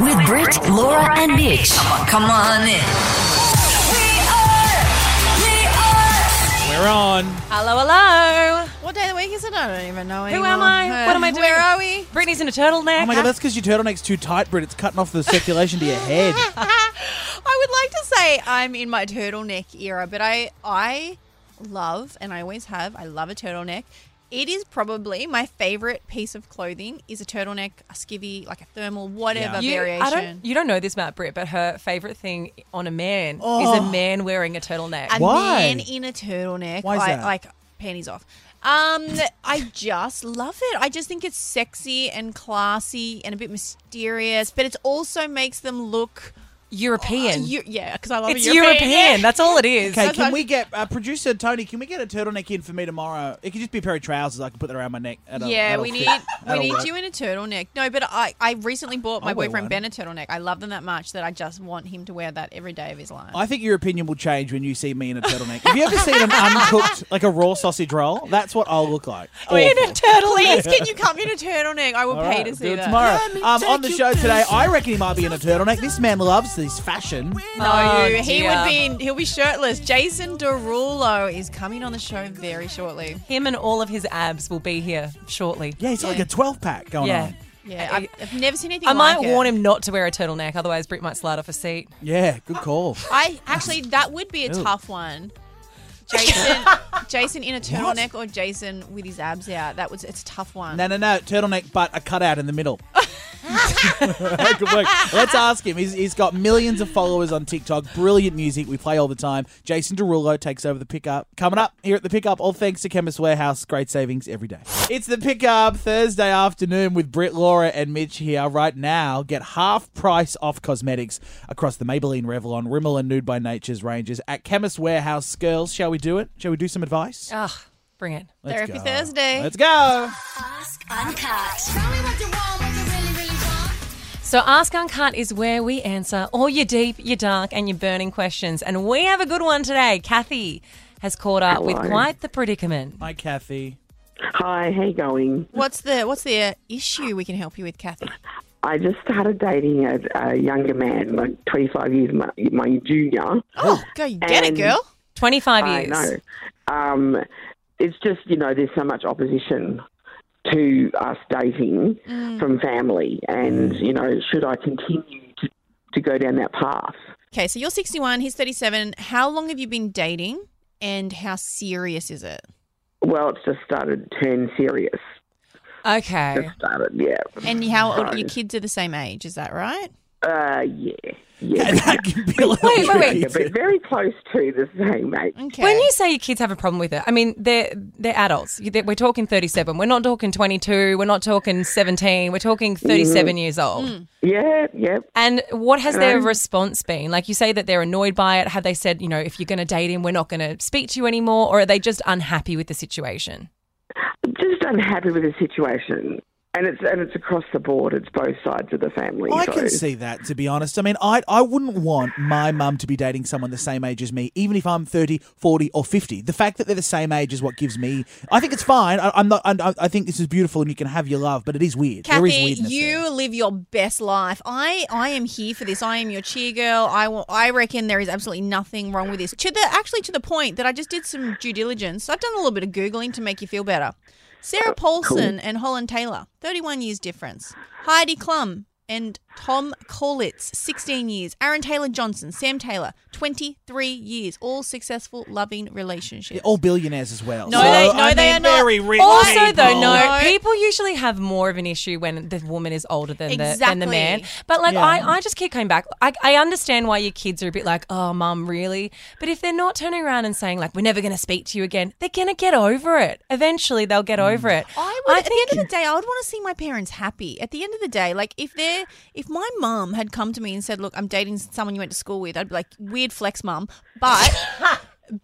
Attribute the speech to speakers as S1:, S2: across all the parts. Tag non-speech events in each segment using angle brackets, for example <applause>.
S1: with Britt, Laura, and Mitch. Come on in.
S2: We're on.
S3: Hello, hello.
S4: What day of the week is it? I don't even know
S3: Who
S4: anymore.
S3: am I?
S4: Uh,
S3: What am I doing?
S4: Where are
S3: <laughs>
S4: we? <laughs>
S3: Brittany's in a turtleneck.
S2: Oh my god, that's because your turtleneck's too tight, Brit. It's cutting off the circulation to your
S4: <laughs>
S2: head.
S4: I would like to say I'm in my turtleneck era, but I I love and I always have. I love a turtleneck. It is probably my favorite piece of clothing is a turtleneck, a skivvy, like a thermal,
S2: Yeah.
S4: whatever
S3: you,
S4: variation.
S3: I don't, you don't know this about Britt, but her favorite thing on a man is
S2: Oh.
S3: a man wearing a turtleneck.
S4: a
S2: Why?
S4: man in a turtleneck.
S2: Why is
S4: I-
S2: that?
S4: Like panties off. Um, I just love it. I just think it's sexy and classy and a bit mysterious, but it also makes them look.
S3: European.
S4: Eu- Oh, yeah, because I love
S3: it's
S4: a European.
S3: Oh, European. That's all it is.
S2: Okay,
S4: That's
S2: can
S4: what-
S2: we get uh, producer Tony? Can we get a turtleneck in for me tomorrow? It could just be a pair of trousers. I can put that around my neck. That'll-
S4: yeah,
S2: that'll
S4: we
S2: fit.
S4: need we
S2: That'll
S4: need
S2: work.
S4: you in a turtleneck. No, but I I recently bought my
S2: I'll wear
S4: boyfriend
S2: one.
S4: Ben a turtleneck. I love them that much that I just want him to wear that every day of his life.
S2: I think your opinion will change when you see me in a turtleneck. Have you ever seen an uncooked, like a raw sausage roll? That's what I'll look
S4: <laughs>
S2: like.
S3: in
S2: Awful.
S3: a turtleneck.
S4: Please, can you come in a turtleneck? I will
S2: All right,
S4: pay to
S2: we'll
S4: see
S2: do it
S4: that.
S2: tomorrow. Um, on the show today, I reckon he might be in a turtleneck. This man loves this fashion.
S4: No,
S3: Oh,
S4: he
S3: dear.
S4: would be. In, he'll be shirtless. Jason Derulo is coming on the show very shortly.
S3: Him and all of his abs will be here shortly.
S2: Yeah, he's like a twelve pack going
S3: Yeah.
S2: on.
S4: Yeah, I've, I've never seen anything.
S3: I might
S4: like
S3: warn
S4: it.
S3: him not to wear a turtleneck, otherwise Britt might slide off a seat.
S2: Yeah, good call.
S4: I actually, that would be a
S2: Ew.
S3: <laughs>
S4: tough one. Jason, Jason in a turtleneck or Jason with his abs out. That was it's a tough one.
S2: No, no, no. Turtleneck, but a cutout in the middle. That could work. Let's ask him. He's, he's got millions of followers on TikTok. Brilliant music. We play all the time. Jason Derulo takes over the pickup. Coming up here at the pickup, all thanks to Chemist Warehouse. Great savings every day. It's the pickup Thursday afternoon with Britt, Laura, and Mitch here right now. Get half price off cosmetics across the Maybelline, Revlon, Rimmel, and Nude by Nature's ranges at Chemist Warehouse. Girls, shall we do it? Shall we do some advice?
S3: Ah, bring it.
S2: Let's
S4: Therapy
S2: go.
S4: Thursday.
S2: Let's go.
S1: Ask Uncut.
S5: Tell me what you want, what you really, really want.
S3: So Ask Uncut is where we answer all your deep, your dark, and your burning questions. And we have a good one today. Kathy has caught up with
S6: Hello.
S3: quite the predicament.
S2: Hi, Kathy.
S6: Hi, how you going?
S4: What's the what's the uh, issue we can help you with, Kathy?
S6: I just started dating a, a younger man, like 25 years my, my junior.
S4: Oh, go get it,
S6: And-
S4: girl.
S3: 25
S6: I
S3: years.
S6: know. Um, it's just, you know, there's so much opposition to us dating from family. And, you know, should I continue to, to go down that path?
S4: Okay, so you're 61. He's 37. How long have you been dating? And how serious is it?
S6: Well, it's just started to turn serious.
S3: Okay.
S6: Just started, yeah.
S4: And how old, your
S6: Right.
S4: kids are the same age? Is that right?
S6: Uh, yeah.
S2: <laughs>
S6: Yeah.
S2: that could be a little
S3: Wait, wait, wait.
S2: tricky
S6: Yeah,
S2: too.
S6: but very close to the same age.
S4: Okay.
S3: When you say your kids have a problem with it, I mean they're they're adults. You- they- We're talking thirty-seven. We're not talking twenty-two. We're not talking seventeen. We're talking thirty-seven years old.
S6: Yeah, yeah.
S3: And what has their
S6: Um,
S3: response been? Like you say that they're annoyed by it. Have they said, you know, if you're going to date him, we're not going to speak to you anymore, or are they just unhappy with the situation?
S6: just unhappy with the situation, and it's and it's across the board. It's both sides of the family.
S2: I
S6: so-
S2: can see that, to be honest. I mean, I I wouldn't want my mum to be dating someone the same age as me, even if I'm 30, 40, or 50. The fact that they're the same age is what gives me. I think it's fine. I, I'm not. I, I think this is beautiful, and you can have your love, but it is weird. there is
S4: Kathy,
S2: weirdness.
S4: you
S2: there.
S4: live your best life. I, I am here for this. I am your cheer girl. I will, I reckon there is absolutely nothing wrong with this. To the actually to the point that I just did some due diligence. I've done a little bit of googling to make you feel better.
S2: Uh,
S4: Sarah Paulson and Holland Taylor, 31 years difference. Heidi Klum and Tom Collitz, 16 years. Aaron Taylor Johnson, Sam Taylor, 23 years. All successful, loving relationships.
S2: They're all billionaires as well.
S4: No,
S2: Oh, so,
S4: they- no,
S2: I
S4: they
S2: mean,
S4: are not.
S2: Very rich
S3: Also, though,
S2: people.
S3: no,
S4: No.
S3: people usually have more of an issue when the woman is older than, the, than the man.
S4: Exactly.
S3: But like,
S2: Yeah.
S3: I, I just keep coming back. I, I understand why your kids are a bit like, oh, mum, really? But if they're not turning around and saying, like, we're never going to speak to you again, they're going to get over it. Eventually, they'll get over
S2: Mm.
S3: it.
S4: I would, at the end of the day, I would want to see my parents happy. At the end of the day, like if they're, if my mum had come to me and said, "Look, I'm dating someone you went to school with," I'd be like, "Weird flex, mum," but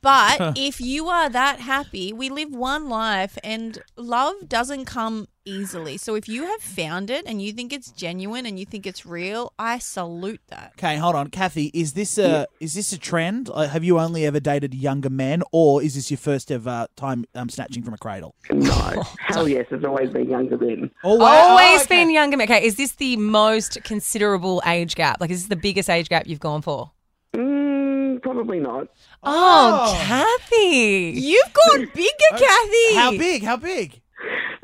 S4: But if you are that happy, we live one life and love doesn't come easily. So if you have found it and you think it's genuine and you think it's real, I salute that.
S2: Okay, hold on, Kathy. Is this a is this a trend? Like, have you only ever dated younger men, or is this your first ever time um, snatching from a cradle?
S6: No. Hell yes, it's always been younger men.
S2: Oh,
S3: Always been younger. men. Okay, is this the most considerable age gap? Like, is this the biggest age gap you've gone for?
S6: Mm, probably not.
S3: Oh, Kathy.
S4: You've gone
S2: <laughs>
S4: bigger, Kathy.
S2: How big? How big?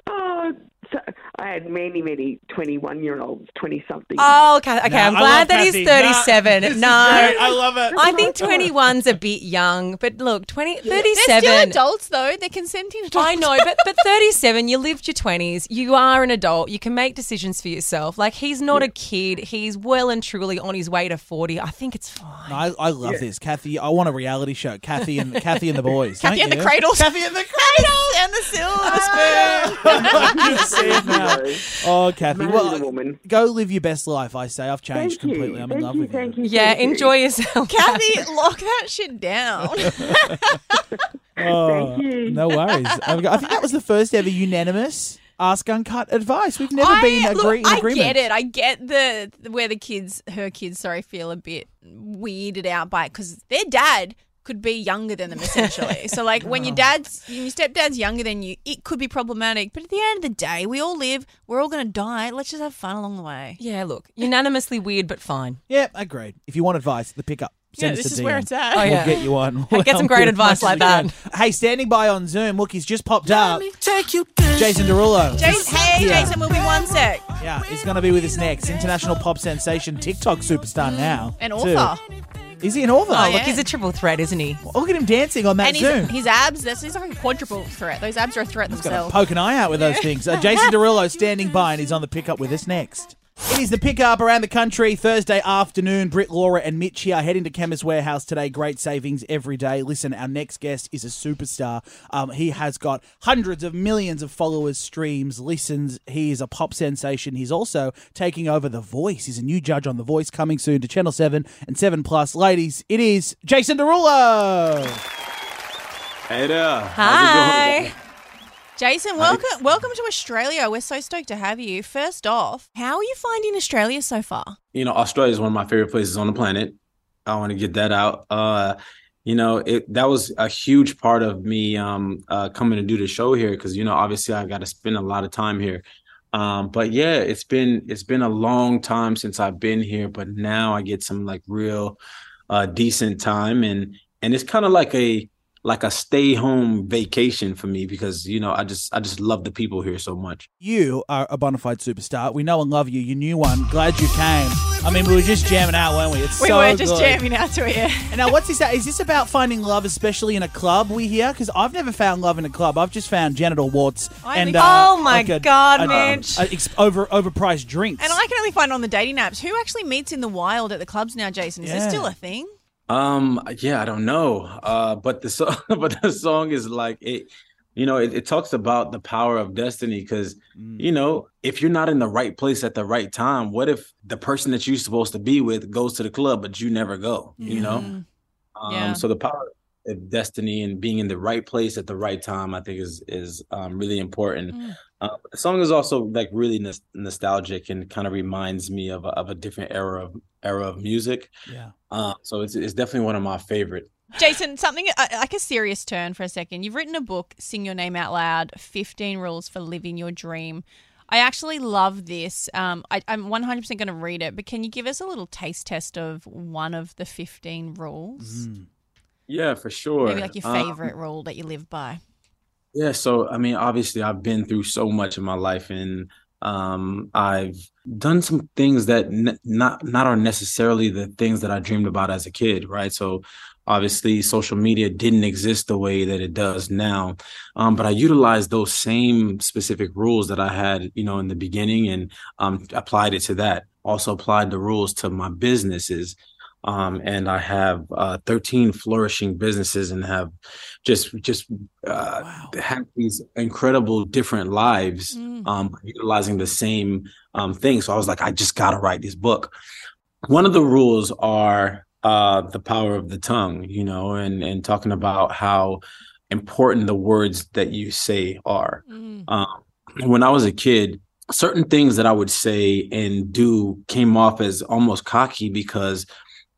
S6: Oh, so I had many, many 21 year olds, 20 something.
S3: Oh, Kathy. Okay, I'm
S2: I
S3: glad
S2: love
S3: that he's
S2: Kathy. Nah,
S3: 37.
S2: this is
S3: no.
S2: great. I love it.
S3: I think 21's a bit young, but look, 20,
S4: They're
S3: 37.
S4: still adults though. They're consenting adults.
S3: I know, but but 37, you lived your 20s, you are an adult, you can make decisions for yourself. Like he's not a kid, he's well and truly on his way to 40. I think it's fine.
S2: I, I love this, Kathy. I want a reality show, Kathy and Kathy and the boys.
S4: Kathy
S2: don't
S4: and
S2: you?
S4: the Cradles.
S2: Kathy and the
S4: Cradles <laughs> and the silver spoon.
S2: cradles. <laughs> oh, Kathy.
S6: Man
S2: Well,
S6: and a woman.
S2: go live your best life. I say. I've
S6: Thank
S2: changed
S6: you.
S2: completely. I'm in
S6: Thank
S2: love
S6: you,
S2: with
S6: thank
S2: you.
S6: you.
S3: yeah,
S6: thank you.
S3: enjoy yourself.
S4: Kathy, lock that shit down.
S2: Oh,
S6: Thank you.
S2: No
S6: <laughs>
S2: worries. I've got- I think that was the first ever unanimous ask uncut advice. We've never been
S4: I-
S2: agree-
S4: look,
S2: in agreement.
S4: I get it. I get the where the kids, her kids, sorry, feel a bit weirded out by it because their dad could be younger than them
S2: <laughs>
S4: essentially. so like when your dad's, when your stepdad's younger than you, it could be problematic. But at the end of the day, we all live. We're all gonna die. Let's just have fun along the way.
S3: <laughs> Yeah, look, unanimously weird, but fine.
S2: Yep, agreed. If you want advice, the pickup. Send us a DM.
S4: at.
S3: Oh,
S2: We'll
S3: yeah.
S2: get you on.
S3: Hey, get some great advice like that.
S2: Hey, standing by on Zoom. Look, he's just popped up. Jason Derulo.
S4: Jason, hey, Jason, we'll be one sec.
S2: Yeah, he's going to be with us next. International pop sensation, TikTok superstar now.
S4: An
S2: too.
S4: author.
S2: Is he an author?
S3: Oh,
S4: yeah.
S3: look, he's a triple threat, isn't he?
S2: Look at him dancing on that
S4: And
S2: Zoom.
S4: his, his abs, that's he's like a quadruple threat. Those abs are a threat
S2: Gotta
S4: themselves.
S2: poke an eye out with those things. Uh, Jason Derulo standing by and he's on the pickup with us next. It is the pickup around the country Thursday afternoon. Britt, Laura, and Mitch here heading to Chemist Warehouse today. Great savings every day. Listen, our next guest is a superstar. Um, he has got hundreds of millions of followers, streams, listens. He is a pop sensation. He's also taking over The Voice. He's a new judge on The Voice coming soon to Channel 7 and 7 Plus. Ladies, it is Jason Derulo.
S7: Hey there. How's it
S3: Hi.
S7: going?
S4: Jason, welcome welcome to Australia. We're so stoked to have you. First off, how are you finding Australia so far?
S7: You know, Australia is one of my favorite places on the planet. I want to get that out. Uh, you know, it that was a huge part of me um uh coming to do the show here because you know, obviously I got to spend a lot of time here. Um, but yeah, it's been it's been a long time since I've been here, but now I get some like real uh decent time and and it's kind of like a like a stay home vacation for me because you know, I just I just love the people here so much.
S2: You are a bona fide superstar. We know and love you. Your new one. Glad you came. I mean, we were just jamming out, weren't we? It's
S4: We
S2: so
S4: were just
S2: good.
S4: jamming out to it.
S2: And now, what's this? Is this about finding love, especially in a club? We hear because I've never found love in a club. I've just found genital warts
S4: I
S2: and uh,
S4: think-
S3: Oh my God, Mitch.
S2: a ex- over overpriced drinks.
S4: <laughs> And I can only find it on the dating apps. Who actually meets in the wild at the clubs now, Jason? Is
S2: Yeah.
S4: this still a thing?
S7: Um, yeah, I don't know. Uh, but the song, <laughs> but the song is like it, you know, it, it talks about the power of destiny because,
S2: Mm,
S7: you know, if you're not in the right place at the right time, what if the person that you're supposed to be with goes to the club, but you never go, you know?
S2: Mm.
S7: Um,
S4: Mm-hmm. Yeah.
S7: so the power of destiny and being in the right place at the right time, I think is is um really important. Uh, but the song is also like really nos- nostalgic and kind of reminds me of a, of a different era of era of music.
S2: yeah.
S7: Uh, so it's it's definitely one of my favorite.
S4: Jason, something uh, like a serious turn for a second. You've written a book, Sing Your Name Out Loud 15 Rules for Living Your Dream. I actually love this. Um, I, I'm 100% going to read it, but can you give us a little taste test of one of the 15
S2: Mm.
S4: rules?
S7: Yeah, for sure.
S4: Maybe like your
S7: Um,
S4: favorite rule that you live by.
S7: yeah, so I mean, obviously, I've been through so much in my life, and um, I've done some things that n not not are necessarily the things that I dreamed about as a kid, right? So obviously, social media didn't exist the way that it does now, um, but I utilized those same specific rules that I had, you know, in the beginning, and um, applied it to that. Also applied the rules to my businesses. Um, and I have uh, 13 flourishing businesses and have just just uh,
S2: Wow.
S7: have these incredible different lives
S4: Mm.
S7: um, utilizing the same um, thing. So I was like, I just got to write this book. One of the rules are uh, the power of the tongue, you know, and and talking about how important the words that you say are.
S2: Mm.
S7: Um, when I was a kid, certain things that I would say and do came off as almost cocky because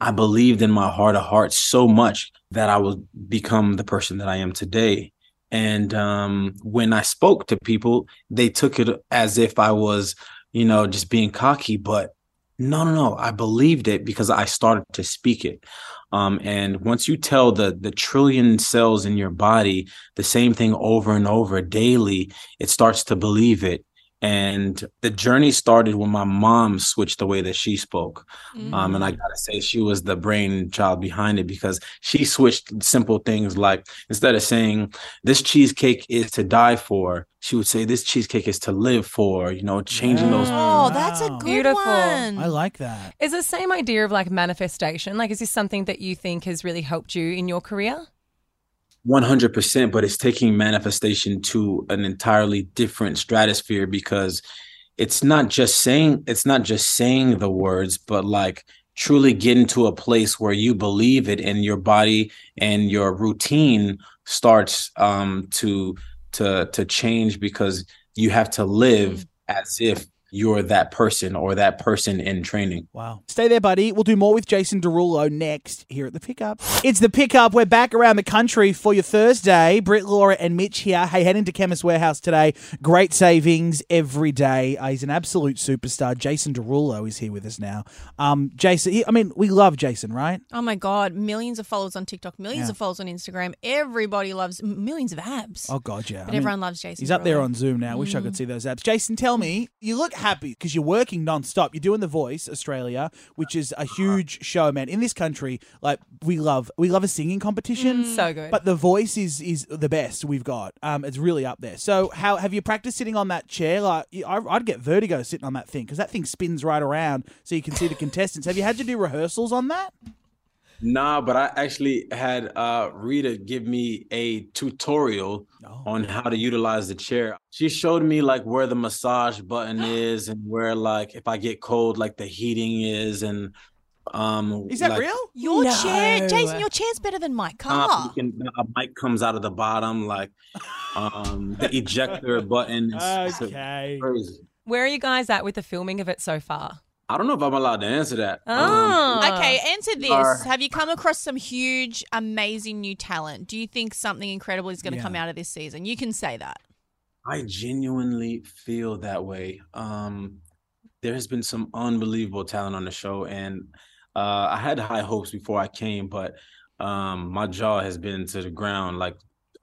S7: I believed in my heart of hearts so much that I would become the person that I am today. And um, when I spoke to people, they took it as if I was, you know, just being cocky. But no, no, no. I believed it because I started to speak it. Um, and once you tell the the trillion cells in your body the same thing over and over daily, it starts to believe it. And the journey started when my mom switched the way that she spoke.
S2: Mm.
S7: Um, and I gotta say, she was the brainchild behind it because she switched simple things like instead of saying this cheesecake is to die for, she would say this cheesecake is to live for. You know, changing those.
S4: Oh, that's a good
S3: Beautiful.
S4: one.
S2: I like that.
S3: Is the same idea of like manifestation? Like, is this something that you think has really helped you in your career?
S7: 100% but it's taking manifestation to an entirely different stratosphere because it's not just saying it's not just saying the words but like truly getting to a place where you believe it and your body and your routine starts um to to to change because you have to live as if you're that person or that person in training
S2: Wow. Stay there, buddy. We'll do more with Jason Derulo next here at the pickup. It's the pickup. We're back around the country for your Thursday. Britt, Laura, and Mitch here. Hey, head into Chemist Warehouse today. Great savings every day. Uh, he's an absolute superstar. Jason Derulo is here with us now. Um, Jason, he, I mean, we love Jason, right?
S4: Oh my God. Millions of followers on TikTok, millions
S2: Yeah.
S4: of followers on Instagram. Everybody loves millions of abs.
S2: Oh God, yeah. I
S4: but
S2: mean,
S4: everyone loves Jason.
S2: He's up there
S4: Derulo. Mm.
S2: on Zoom now. Wish I could see those apps. Jason, tell me, you look happy because you're working nonstop. You're doing The Voice Australia, which is a huge show, man. In this country, like we love, we love a singing competition.
S4: Mm.
S3: So good.
S2: But The Voice is is the best we've got. Um, it's really up there. So, how have you practiced sitting on that chair? Like, I, I'd get vertigo sitting on that thing because that thing spins right around, so you can see the contestants. Have you had to do rehearsals on that?
S7: Nah, but I actually had uh, Rita give me a tutorial
S2: Oh.
S7: on how to utilize the chair. She showed me like where the
S2: <gasps>
S7: massage button is and where like if I get cold, like the heating is and um
S2: Is that
S7: like,
S2: real?
S4: Your
S3: No.
S4: chair, Jason, your chair's better than my
S2: Um,
S7: uh,
S4: car.
S7: you can, a mic comes out of the bottom, like um
S2: <laughs>
S7: the ejector button. It's- it's
S2: Okay.
S7: crazy.
S3: Where are you guys at with the filming of it so far?
S7: I don't know if I'm allowed to answer that. Um,
S3: Oh.
S4: Okay,
S2: uh,
S4: answer this.
S7: are-
S4: Have you come across some huge, amazing new talent? Do you think something incredible is going to
S2: Yeah.
S4: come out of this season? You can say that.
S7: I genuinely feel that way. Um, there has been some unbelievable talent on the show, and uh, I had high hopes before I came, but um, my jaw has been to the ground like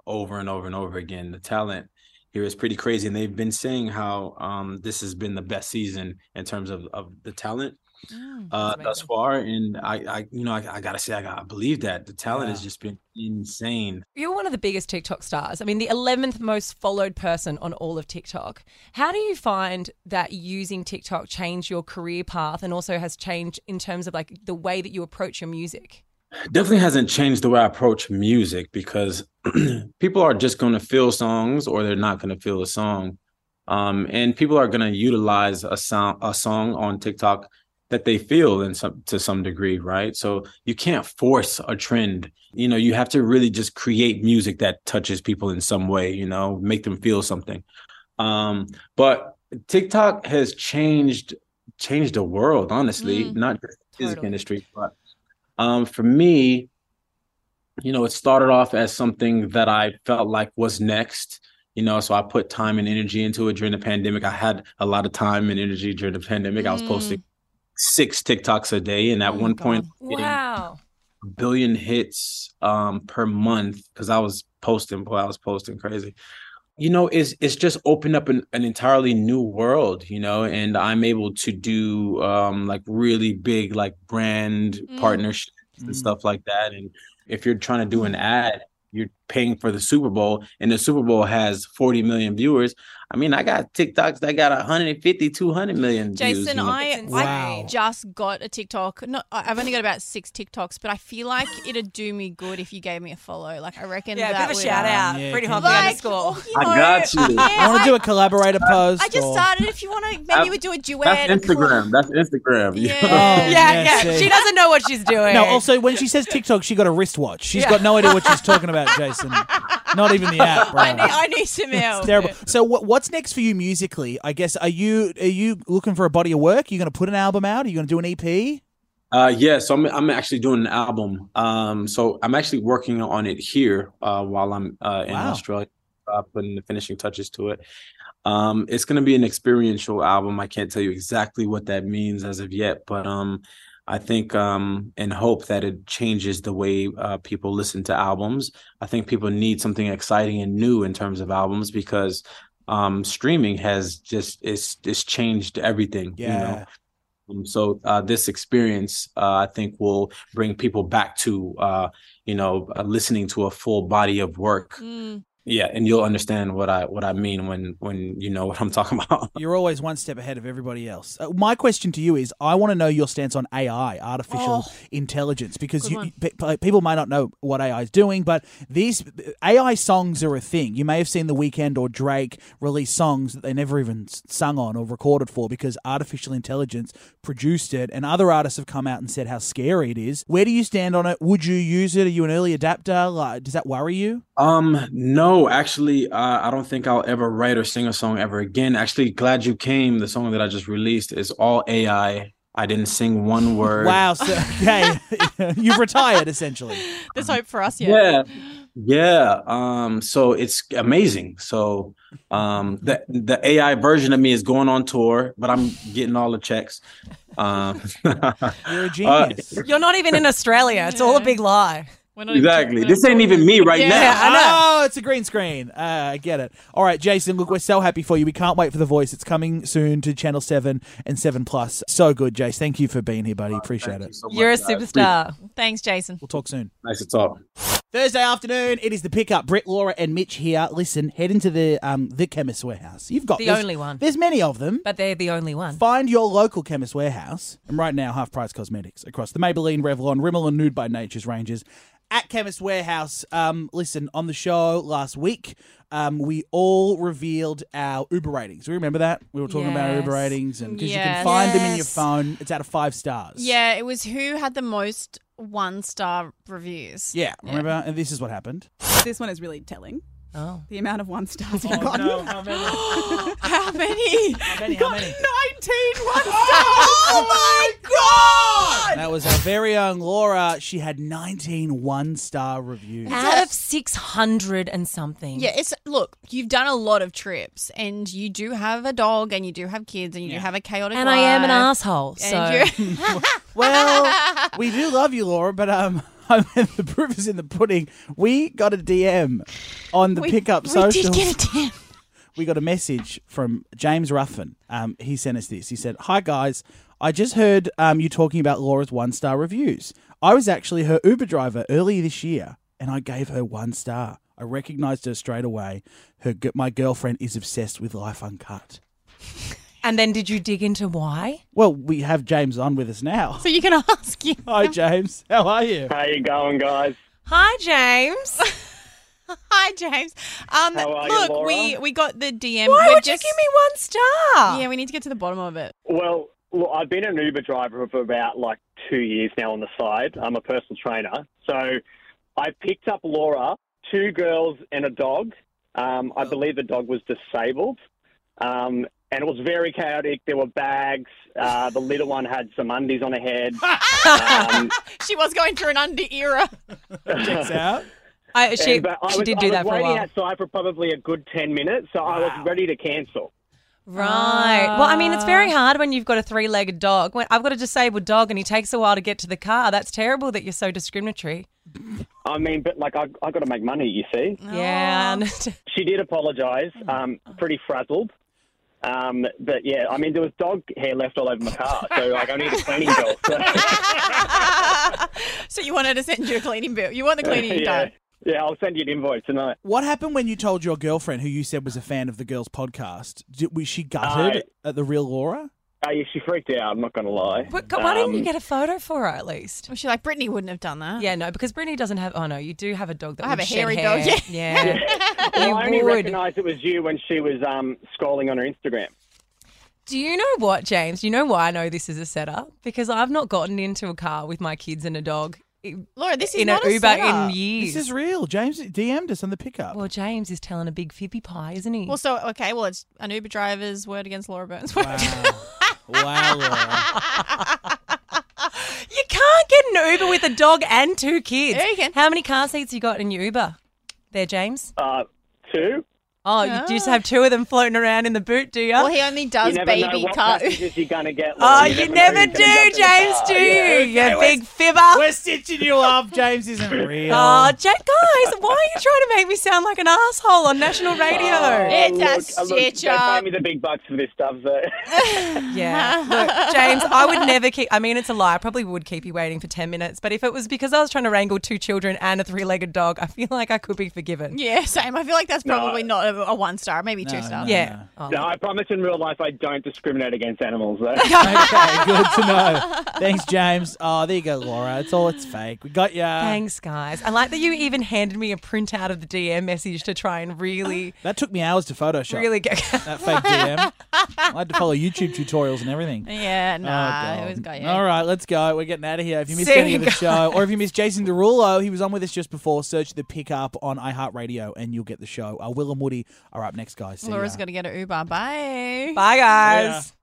S7: over and over and over again. The talent here is pretty crazy, and they've been saying how um, this has been the best season in terms of, of the talent
S4: Mm,
S7: uh, thus
S3: amazing.
S7: far. And I, I you know, I, I gotta say, I, got- I believe that the talent has just been insane.
S3: You're one of the biggest TikTok stars. I mean, the 11th most followed person on all of TikTok. How do you find that using TikTok changed your career path and also has changed in terms of like the way that you approach your music?
S7: definitely hasn't changed the way I approach music because <clears throat> people are just going to feel songs or they're not going to feel a song. Um, and people are going to utilize a sound, a song on TikTok that they feel in some to some degree, right? So you can't force a trend. You know, you have to really just create music that touches people in some way. You know, make them feel something. Um, but TikTok has changed changed the world, honestly,
S4: Mm.
S7: not just the music
S3: Totally.
S7: industry, but um, for me, you know, it started off as something that I felt like was next. You know, so I put time and energy into it during the pandemic. I had a lot of time and energy during the pandemic. I was
S4: Mm.
S7: posting six TikToks a day, and at
S4: Oh
S7: one
S4: my
S7: point, getting
S3: Wow.
S7: a billion hits um, per month because I was posting. Boy, I was posting crazy. You know, it's it's just opened up an, an entirely new world. You know, and I'm able to do um, like really big like brand
S4: Mm.
S7: partnerships
S2: Mm.
S7: and stuff like that. And if you're trying to
S4: Mm-hmm.
S7: do an ad, you're paying for the Super Bowl, and the Super Bowl has 40 million viewers. I mean, I got TikToks that got 150, 200 million views.
S4: Jason,
S7: you know?
S4: I,
S2: Wow.
S4: I just got a TikTok. No, I- I've only got about six TikToks, but I feel like it'd do me good if you gave me a follow. Like I reckon
S3: Yeah,
S4: that
S3: a bit of a
S4: would- um,
S3: shout out.
S2: Yeah,
S3: Pretty
S2: can
S3: hockey
S2: you-
S4: Like, <laughs>
S3: underscore.
S4: you
S7: I
S4: know,
S7: got you.
S4: yeah,
S2: I want to do a collaborator post.
S4: I just
S2: or-
S4: started. If you want to, maybe we do a duet.
S7: That's
S4: a collab.
S7: Instagram. That's Instagram. <laughs> you know?
S2: Oh.
S3: Yeah,
S4: Yeah.
S2: Yeah,
S3: yeah.
S2: see.
S3: She doesn't know what she's doing.
S2: No, also when she says TikTok, she got a wristwatch. She's
S3: Yeah.
S2: got no idea what she's talking about, Jason. Not even the app, bro.
S4: I need, <laughs> I need some help.
S2: It's terrible. So what, what's next for you musically? I guess are you are you looking for a body of work? Are you going to put an album out? Are you going to do an E EP?
S7: Uh, yeah, so I'm I'm actually doing an album. Um, so I'm actually working on it here uh, while I'm uh, in
S2: Wow.
S7: Australia, uh, putting the finishing touches to it. Um, it's gonna be an experiential album. I can't tell you exactly what that means as of yet, but um, I think um, and hope that it changes the way uh, people listen to albums. I think people need something exciting and new in terms of albums because um, streaming has just it's it's changed everything, you
S2: Yeah.
S7: know. Um, so uh, this experience, uh, I think, will bring people back to, uh, you know, uh, listening to a full body of work.
S4: Mm.
S7: Yeah, and you'll understand what I what I mean when when you know <laughs> what I'm talking about.
S2: You're always one step ahead of everybody else. Uh, my question to you is: I want to know your stance on AI, artificial intelligence, because you, pe- pe- people may not know what AI is doing, but these AI songs are a thing. You may have seen The Weeknd or Drake release songs that they never even s- sung on or recorded for because artificial intelligence produced it, and other artists have come out and said how scary it is. Where do you stand on it? Would you use it? Are you an early adapter? Like, does that worry you?
S7: Um, no, actually, uh, I don't think I'll ever write or sing a song ever again. Actually, "Glad You Came," the song that I just released, is all AI. I didn't sing one word.
S2: Wow. So, okay, <laughs> you've retired essentially.
S4: There's hope for us yet.
S7: yeah yeah um so it's amazing so um the the ai version of me is going on tour but i'm getting all the checks um <laughs>
S2: You're a genius.
S3: <laughs> You're not even in Australia. It's all a big lie.
S4: We're not even-
S7: exactly
S4: we're not
S7: this ain't even me right
S4: Yeah.
S7: now
S3: I know.
S2: Oh, it's a green screen. Uh, I get it. All right, Jason, look, we're so happy for you. We can't wait for The Voice. It's coming soon to Channel 7 and 7 Plus. So good, Jace. Thank you for being here, buddy. Appreciate
S7: Thank you
S2: it.
S7: so much,
S3: You're a
S7: guys.
S3: superstar.
S4: Thanks, Jason.
S2: We'll talk soon.
S7: nice to talk
S2: Thursday afternoon, it is the pickup. Britt, Laura, and Mitch here. Listen, head into the um, the chemist warehouse. You've got
S3: The
S2: there's-
S3: only one.
S2: There's many of them.
S3: But they're the only one.
S2: Find your local chemist warehouse. And right now, half price cosmetics across the Maybelline, Revlon, Rimmel, and Nude by Nature's ranges at Chemist Warehouse. Um, listen, on the show last week, um, we all revealed our Uber ratings. Do you remember that? We were talking about our Uber
S3: Yes.
S2: ratings, and because you can
S4: Yes.
S2: find them in your
S3: Yes.
S2: phone, it's out of five stars.
S4: Yeah, it was who had the most one star reviews.
S2: Yeah, remember? And this is what happened.
S8: This one is really telling.
S3: Oh.
S8: The amount of one stars
S2: Oh,
S8: we got. <laughs>
S2: how many?
S4: <laughs> How many?
S2: How many? How many?
S8: 19 one stars.
S4: <laughs> oh my god!
S2: That was our very own Laura. She had 19 one star reviews.
S3: Out of 600 and something.
S4: Yeah, it's look, you've done a lot of trips and you do have a dog and you do have kids and you do have a chaotic
S3: And I am an
S4: life,
S3: asshole. So.
S4: And you're <laughs>
S2: Well, we do love you, Laura, but um, <laughs> I mean, the proof is in the pudding. We got a DM on the pickup social.
S4: We did get a damn.
S2: <laughs> We got a message from James Ruffin. Um, he sent us this. He said, "Hi guys, I just heard um, you talking about Laura's one star reviews. I was actually her Uber driver earlier this year, and I gave her one star. I recognised her straight away. Her g- my girlfriend is obsessed with Life Uncut.
S3: and then did you dig into why?
S2: Well, we have James on with us now. <laughs>
S4: So you can ask you. <laughs>
S2: Hi, James. How are you?
S9: How you going, guys?
S3: Hi, James.
S4: <laughs> Hi, James. Um,
S9: How are you,
S4: look,
S9: Laura?
S4: we we got the DM.
S3: Why
S4: We're
S3: would
S4: just-
S3: you give me one <laughs> star?
S4: Yeah, we need to get to the bottom of it.
S9: Well, look, I've been an Uber driver for about like two years now on the side. I'm a personal trainer, so I picked up Laura, two girls and a dog. Um,
S3: Oh.
S9: I believe the dog was disabled, um, and it was very chaotic. There were bags. Uh, the little one had some undies on
S3: <laughs>
S9: her head. Um,
S4: She was going through an under era.
S2: Checks out.
S3: I, she
S9: and- but I
S3: she
S9: was-
S3: did
S9: I
S3: do
S9: was
S3: that for a
S9: waiting
S3: while.
S9: outside for probably a good ten minutes, so I was ready to cancel.
S3: Right. Well, I mean, it's very
S4: Ah.
S3: hard when you've got a three legged dog. When I've got a disabled dog and he takes a while to get to the car. That's terrible that you're so discriminatory.
S9: I mean, but like I, I got to make money, you see.
S3: Yeah.
S4: Ah.
S3: and-
S9: She did apologise.
S3: Oh.
S9: Um, pretty frazzled. Um, but yeah, I mean, there was dog hair left all over my car, so like I need a cleaning
S3: <laughs>
S9: bill.
S7: <laughs>
S9: So,
S4: so you wanted to send you a cleaning bill. You want the cleaning
S9: <laughs> yeah.
S4: done.
S9: Yeah, I'll send you an invoice tonight.
S2: What happened when you told your girlfriend, who you said was a fan of the girls' podcast, did, was she gutted at the real Laura?
S9: Oh, yeah, she freaked out. I'm not going to lie.
S3: <laughs> But God, why didn't you
S9: Um,
S3: get a photo for her at least?
S4: She's like, Brittany wouldn't have done that.
S3: Yeah, no, because Brittany doesn't have. Oh no, you do have a dog that
S4: I have
S3: would
S4: a
S3: shed
S4: hairy
S3: hair.
S4: dog,
S3: <laughs> Yeah,
S9: <laughs> Well, I only
S3: you would.
S9: recognised it was you when she was um, scrolling on her Instagram.
S3: Do you know what, James? You know why I know this is a setup? Because I've not gotten into a car with my kids and a dog in
S4: Laura, this is
S3: an
S4: not a
S3: Uber in
S4: setup.
S3: years.
S2: This is real. James DM'd us on the pickup.
S3: well, James is telling a big fibby pie, isn't he?
S4: Well, so okay, well, it's an Uber driver's word against Laura Burns.
S2: wow. wow, Laura.
S3: you can't get an Uber with a dog and two kids.
S4: Yeah, you can.
S3: How many car seats you got in your Uber? There, James.
S9: Uh, two.
S3: Oh, you just have two of them floating around in the boot, do you?
S4: <laughs> Ah. well, he only
S9: You
S4: does
S9: never know
S4: baby
S9: what
S4: car.
S9: messages you're going
S3: <laughs>
S9: to get.
S3: Oh,
S9: Lauren.
S3: you, never
S9: know
S3: do,
S9: who's gonna jump in the
S3: James,
S9: car.
S3: do you?
S9: Yeah.
S3: you big fibber.
S2: We're stitching you up. James <laughs> isn't real.
S3: Oh, Jack, guys, why are you trying to make me sound like an asshole on national radio?
S4: It's a
S9: Look, uh, look, they
S4: stitch up.
S9: pay me the big bucks for this stuff,
S3: <laughs>
S9: so
S3: Yeah. Look, James, I would never keep, I mean, it's a lie. I probably would keep you waiting for 10 minutes, but if it was because I was trying to wrangle two children and a three legged dog, I feel like I could be forgiven.
S4: <laughs> Yeah, same. I feel like that's probably not a, a one star, maybe two star.
S2: no.
S3: Yeah. Oh.
S9: no, I promise in real life I don't discriminate against animals.
S3: <laughs>
S9: Though.
S2: okay, good to know. Thanks, James. Oh, there you go, Laura. It's all it's fake. We got ya.
S3: Thanks, guys. I like that you even handed me a printout of the DM message to try and really,
S2: That took me hours to Photoshop.
S3: really get.
S2: That fake
S3: <laughs>
S2: DM. I had to follow YouTube tutorials and everything.
S4: Yeah,
S2: Oh,
S4: nah, it was
S2: God.
S4: Ah, got
S2: All right, let's go. We're getting out of here. If you missed
S3: See
S2: any of
S3: you
S2: the show, or if
S4: <laughs>
S2: you missed Jason Derulo, he was on with us just before. Search the pickup on iHeartRadio, and you'll get the show. Uh, Will and Woody are up next, guys. See
S4: Laura's
S2: ya.
S4: got to get an Uber. Bye.
S3: Bye, guys.